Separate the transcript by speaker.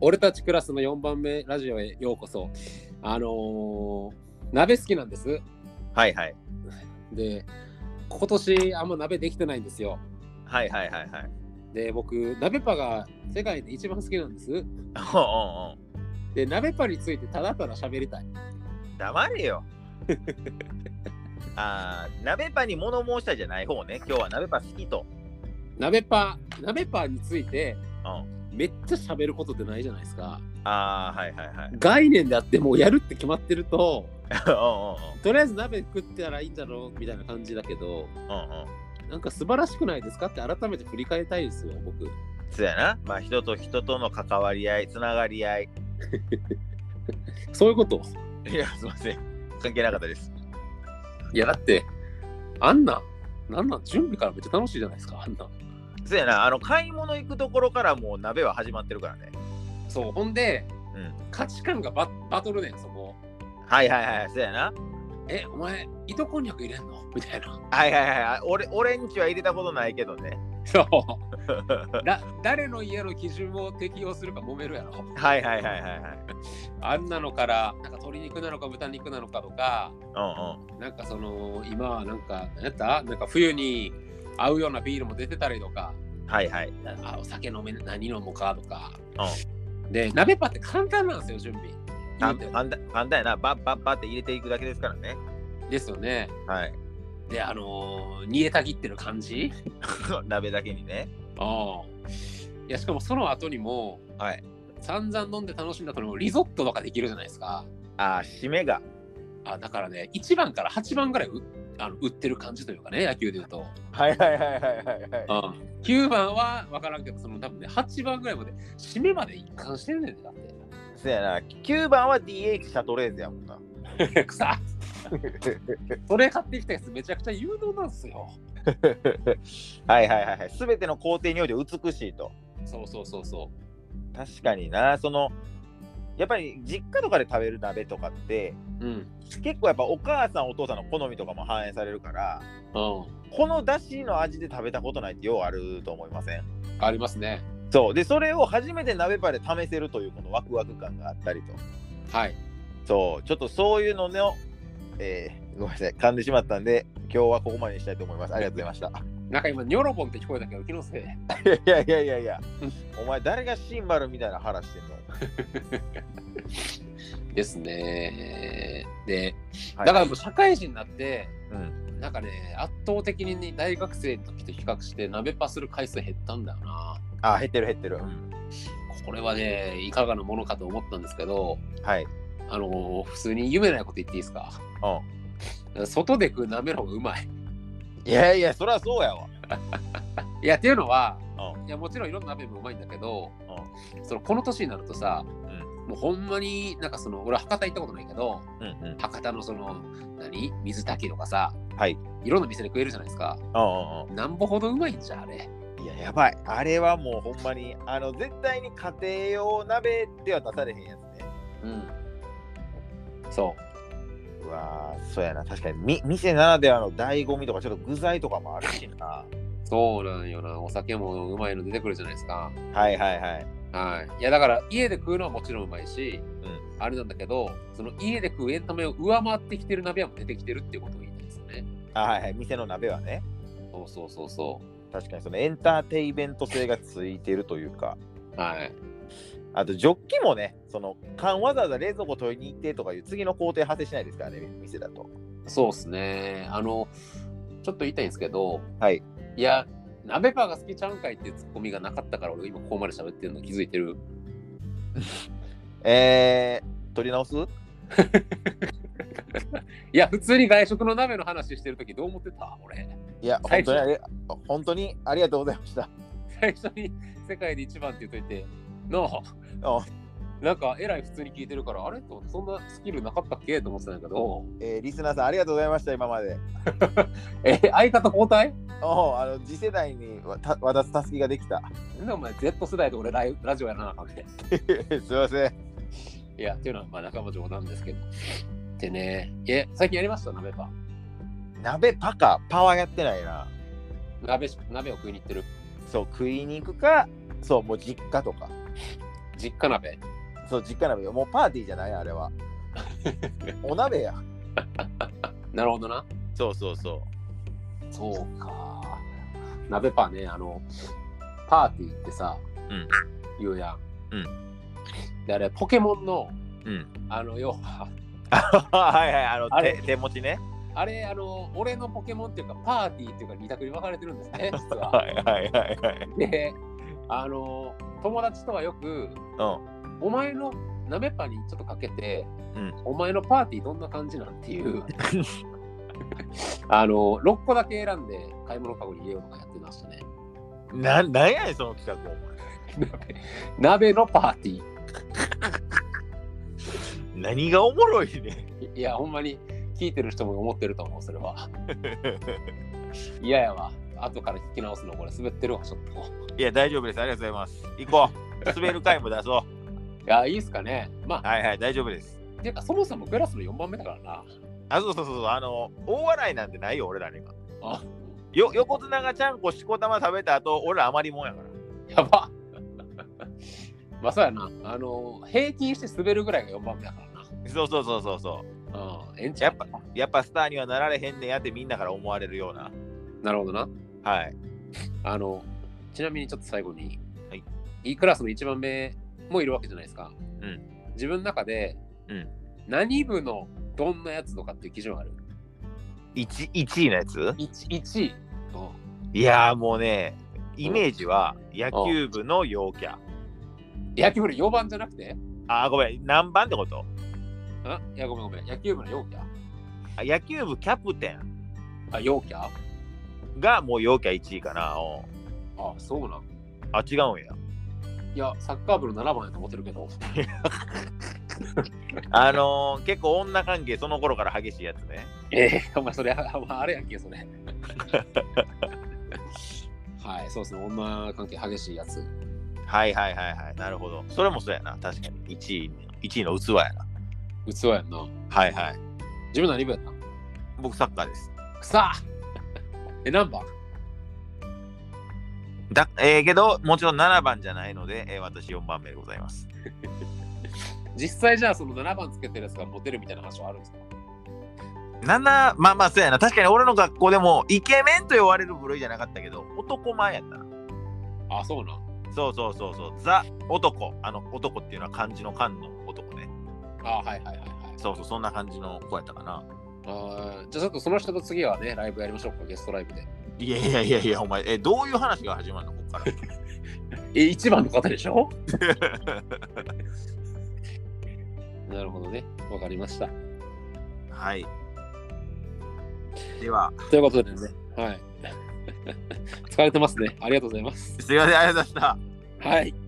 Speaker 1: 俺たちクラスの4番目ラジオへようこそ。あのー鍋好きなんです。
Speaker 2: はいはい。
Speaker 1: で、今年あんま鍋できてないんですよ。
Speaker 2: はいはいはいはい。
Speaker 1: で、僕、鍋パが世界で一番好きなんです。
Speaker 2: おうおう
Speaker 1: で、鍋パについてただただ喋りたい。
Speaker 2: おう黙れよ。あー鍋パに物申したじゃない方ね。今日は鍋パ好きと。
Speaker 1: 鍋パ、鍋パについて
Speaker 2: うん。
Speaker 1: めっちゃ喋ることってないじゃないですか。
Speaker 2: あーはいはいはい。
Speaker 1: 概念であってもうやるって決まってると、
Speaker 2: お
Speaker 1: とりあえず鍋食ってたらいいんだろうみたいな感じだけど、
Speaker 2: うおうおううんうん。
Speaker 1: なんか素晴らしくないですかって改めて振り返りたいですよ、僕。
Speaker 2: そうやな。まあ人と人との関わり合い、つながり合い。
Speaker 1: そういうこと。
Speaker 2: いや、すいません。関係なかったです。
Speaker 1: いやだって、あんな、なんなん、準備からめっちゃ楽しいじゃないですか、あんな。
Speaker 2: そうやな。あの、買い物行くところからもう鍋は始まってるからね。
Speaker 1: そう、ほんで、
Speaker 2: うん
Speaker 1: 価値観がババトルねん、そこ。
Speaker 2: はいはいはい。そうやな。
Speaker 1: え、お前、糸こんにゃく入れんの みたいな。
Speaker 2: はいはいはいはい。俺、俺んちは入れたことないけどね。
Speaker 1: そう。 だ誰の家の基準を適用するか揉めるやろ。
Speaker 2: はいはいはいはいはい。
Speaker 1: あんなのから、なんか鶏肉なのか豚肉なのかとか、
Speaker 2: うんうん。
Speaker 1: なんかその、今はなんか、なんやったなんか冬に合うようなビールも出てたりとか、
Speaker 2: はいはい。
Speaker 1: あお酒飲め何飲もうかとか。で、鍋パって簡単なんですよ、準備。
Speaker 2: パン
Speaker 1: 言うて
Speaker 2: パンダパンダやな、バッバッバッって入れていくだけですからね。
Speaker 1: ですよね。
Speaker 2: はい。
Speaker 1: で、あのー、煮えたぎってる感じ。
Speaker 2: 鍋だけにね。
Speaker 1: ああ。いや、しかもその後にも、
Speaker 2: はい。
Speaker 1: 散々飲んで楽しんだ後にもリゾットとかできるじゃないですか。
Speaker 2: あー、締めが。
Speaker 1: あだからね、1番から8番ぐらいうあの売ってる感じというかね、野球でいうと。
Speaker 2: はいはいはいはいはい。
Speaker 1: あ9番は分からんけど、その多分ね、8番ぐらいまで、締めまで一貫してるねんだって。
Speaker 2: そうやな、9番は DH シャトレーゼやもんな。
Speaker 1: くさそれ買ってきたやつめちゃくちゃ有能なんですよ。
Speaker 2: はいはいはいはい。すべての工程において美しいと。
Speaker 1: そうそうそうそ
Speaker 2: 確かにな、その、やっぱり実家とかで食べる鍋とかって、
Speaker 1: う。うん。うん。
Speaker 2: 結構やっぱお母さんお父さんの好みとかも反映されるから、この出汁の味で食べたことないってようあると思いません
Speaker 1: ありますね。
Speaker 2: そうでそれを初めて鍋パで試せるというこのワクワク感があったりと
Speaker 1: はい。
Speaker 2: そうちょっとそういうのの、えーごめんなさい噛んでしまったんで今日はここまでにしたいと思いますありがとうございました
Speaker 1: なんか今、ニョロボンって聞こえたけど、気のせい。
Speaker 2: いやいやいやいやお前誰がシンバルみたいな腹してんの、
Speaker 1: ですね。で、
Speaker 2: はい
Speaker 1: だからもう社会人になって、
Speaker 2: うん、
Speaker 1: なんかね、圧倒的に大学生の時と比較して、鍋パする回数減ったんだよな。
Speaker 2: あ減ってる減ってる、うん
Speaker 1: これはね、いかがなものかと思ったんですけど、
Speaker 2: はい、
Speaker 1: あの普通に夢ないこと言っていいですか
Speaker 2: う
Speaker 1: 外で食う鍋の方がうまい。
Speaker 2: ん、いやいやそりゃそうやわ
Speaker 1: いや、っていうのは、いやもちろんいろんな鍋もうまいんだけど、そのこの年になるとさ、もうほんまになんかその俺は博多行ったことないけど
Speaker 2: うんうん
Speaker 1: 博多のその何水炊きとかさ、
Speaker 2: はい、
Speaker 1: いろんな店で食えるじゃないですか
Speaker 2: うんうん
Speaker 1: なんぼほどうまいんじゃんあれ
Speaker 2: うんいややばいあれはもうほんまにあの絶対に家庭用鍋では出されへんやつね
Speaker 1: うんそう
Speaker 2: わーそうやな確かにみ店ならではの醍醐味とかちょっと具材とかもあるしな
Speaker 1: うそうなんよなお酒もうまいの出てくるじゃないですか
Speaker 2: はいはいはい
Speaker 1: はいいやだから家で食うのはもちろんうまいし、
Speaker 2: う
Speaker 1: あれなんだけどその家で食うエンタメを上回ってきてる鍋はもう出てきてるっていうことを言いたいですよね
Speaker 2: あはいはい店の鍋はね
Speaker 1: そうそうそうそ
Speaker 2: 確かにそのエンターテイメント性がついてるというか
Speaker 1: うはい
Speaker 2: あとジョッキもねその缶わざわざ冷蔵庫取りに行ってとかいう次の工程発生しないですからね店だと
Speaker 1: そうですね。あの、ちょっと言いたいんですけど、
Speaker 2: はい。
Speaker 1: いや、鍋パーが好きちゃうんかいっていうツッコミがなかったから、俺今ここまで喋ってるの気づいてる。
Speaker 2: えー、取り直す
Speaker 1: いや、普通に外食の鍋の話してるときどう思ってた俺。
Speaker 2: いや
Speaker 1: 最
Speaker 2: 本
Speaker 1: 初
Speaker 2: 当にあり本当にありがとうございました
Speaker 1: 最初に世界で一番って言っといて、の、
Speaker 2: あ
Speaker 1: なんかえらい普通に聞いてるから、あれと思ってそんなスキルなかったっけと思ってたんだけど、
Speaker 2: えーリスナーさんありがとうございました今まで
Speaker 1: え、相方交代
Speaker 2: おうあの次世代にわた渡すたすきができた
Speaker 1: なんでお前 Z 世代で俺ライラジオやらなあかんね
Speaker 2: すいません
Speaker 1: いや、っていうのはまあ仲間冗談ですけど。でね、いや、最近やりました、鍋パー。
Speaker 2: 鍋パカパワーやってないな
Speaker 1: 鍋し鍋を食いに行ってる。
Speaker 2: そう食いに行くかそうもう実家とか
Speaker 1: 実家鍋。
Speaker 2: そう、実家鍋よ。もうパーティーじゃないあれは。お鍋や。
Speaker 1: なるほどな。
Speaker 2: そうそうそ
Speaker 1: そうか。鍋パンね、あの、パーティーってさ、
Speaker 2: うん
Speaker 1: 言うやん。
Speaker 2: うん
Speaker 1: で、あれ、ポケモンの、
Speaker 2: う。うん。
Speaker 1: あの、要は、
Speaker 2: はいはい、あの、
Speaker 1: あれ
Speaker 2: 手手持ちね。
Speaker 1: あれ、あの、俺のポケモンっていうか、パーティーっていうか、二択に分かれてるんですね、実 は。
Speaker 2: いはいはいはい。
Speaker 1: で、あの、友達とはよく、お前の鍋パンにちょっとかけて、
Speaker 2: うん
Speaker 1: お前のパーティーどんな感じなんって いう、あの、6個だけ選んで、買い物かごに入れようとかやってましたね。
Speaker 2: うん。な、なんやねん、その企画。お
Speaker 1: 鍋鍋のパーティ
Speaker 2: 前何がおもろいね
Speaker 1: ー。いや、ほんまに聞いてる人も思ってると思う、それは。
Speaker 2: ん。
Speaker 1: 嫌やわ。後から聞き直すの、これ、滑ってるわ、ちょっと。
Speaker 2: いや、大丈夫です。ありがとうございます。行こう。滑る回も出そ
Speaker 1: いや、いいっすかね。 ま
Speaker 2: う。はいはい、大丈夫です。
Speaker 1: あ、てか、そもそもクラスの4番目だからな。
Speaker 2: あ、そうそうそうそう、あの、大笑いなんてないよ、俺らには。
Speaker 1: あ
Speaker 2: よ横綱がちゃんこしこたま食べた後、俺ら余りもんやから。
Speaker 1: やば。 まあ、そうやな。あの、平均して滑るぐらいが4番目だからな。
Speaker 2: そうそうそうそうそ
Speaker 1: う
Speaker 2: う。
Speaker 1: ん、えんちゃ
Speaker 2: や
Speaker 1: う
Speaker 2: っぱ、やっぱスターにはなられへんねんやってみんなから思われるような。
Speaker 1: なるほどな。
Speaker 2: はい。
Speaker 1: あの、ちなみにちょっと最後に、
Speaker 2: はい、
Speaker 1: いクラスの1番目もいるわけじゃないですか。
Speaker 2: うん
Speaker 1: 自分の中で、
Speaker 2: うん
Speaker 1: 何部のどんなやつとかっていう基準ある
Speaker 2: 1, 1位のやつ
Speaker 1: 1, 1位。
Speaker 2: いやーもうね、イメージは野球部の陽キャ。
Speaker 1: 野球部の4番じゃなくて
Speaker 2: あー、ごめん、何番ってこと
Speaker 1: あいや、ごめんごめん。野球部の陽キャ。
Speaker 2: あ野球部キャプテ
Speaker 1: あ、陽キャあ、
Speaker 2: ンがもう陽キャ1位かな。うん
Speaker 1: そうなん。
Speaker 2: あ、違うんや。
Speaker 1: いや、サッカー部の7番やと思ってるけど。
Speaker 2: あのー、結構女関係その頃から激しいやつね。
Speaker 1: ええお前それ、あお前あれやんけ、そ れ。はい、そうですね。女関係激しいやつ。
Speaker 2: はいはいはいはい。なるほど。それもそうやな。確かに。1位、1位の器やな。
Speaker 1: 器やんな。
Speaker 2: はいはい。
Speaker 1: 自分何部やった
Speaker 2: 僕サッカーです。
Speaker 1: くさ え、何番
Speaker 2: だえー、けど、もちろん7番じゃないので、えー私4番目でございます。
Speaker 1: 実際じゃあその7番つけてるやつがモテるみたいな話はあるんですか
Speaker 2: 7、まあまあそうやな。確かに俺の学校でもイケメンと呼ばれる部類じゃなかったけど、男前やったな。
Speaker 1: あ、そうなん。
Speaker 2: そうそうそうそう。ザ男。あの男っていうのは漢字の漢の男ね。
Speaker 1: あ、はいはいはいはい。
Speaker 2: そうそう、そんな感じの子やったかな。
Speaker 1: あーじゃあちょっとその人と次はね、ライブやりましょうか、ゲストライブで。
Speaker 2: いやいやいやいや、お前、えーどういう話が始まるのここから。
Speaker 1: え、1番の方でしょなるほどね。わかりました。
Speaker 2: はい。では、
Speaker 1: という ことでね、はい。疲れてますね。ありがとうございます。
Speaker 2: すいません、ありがとうございました。
Speaker 1: はい。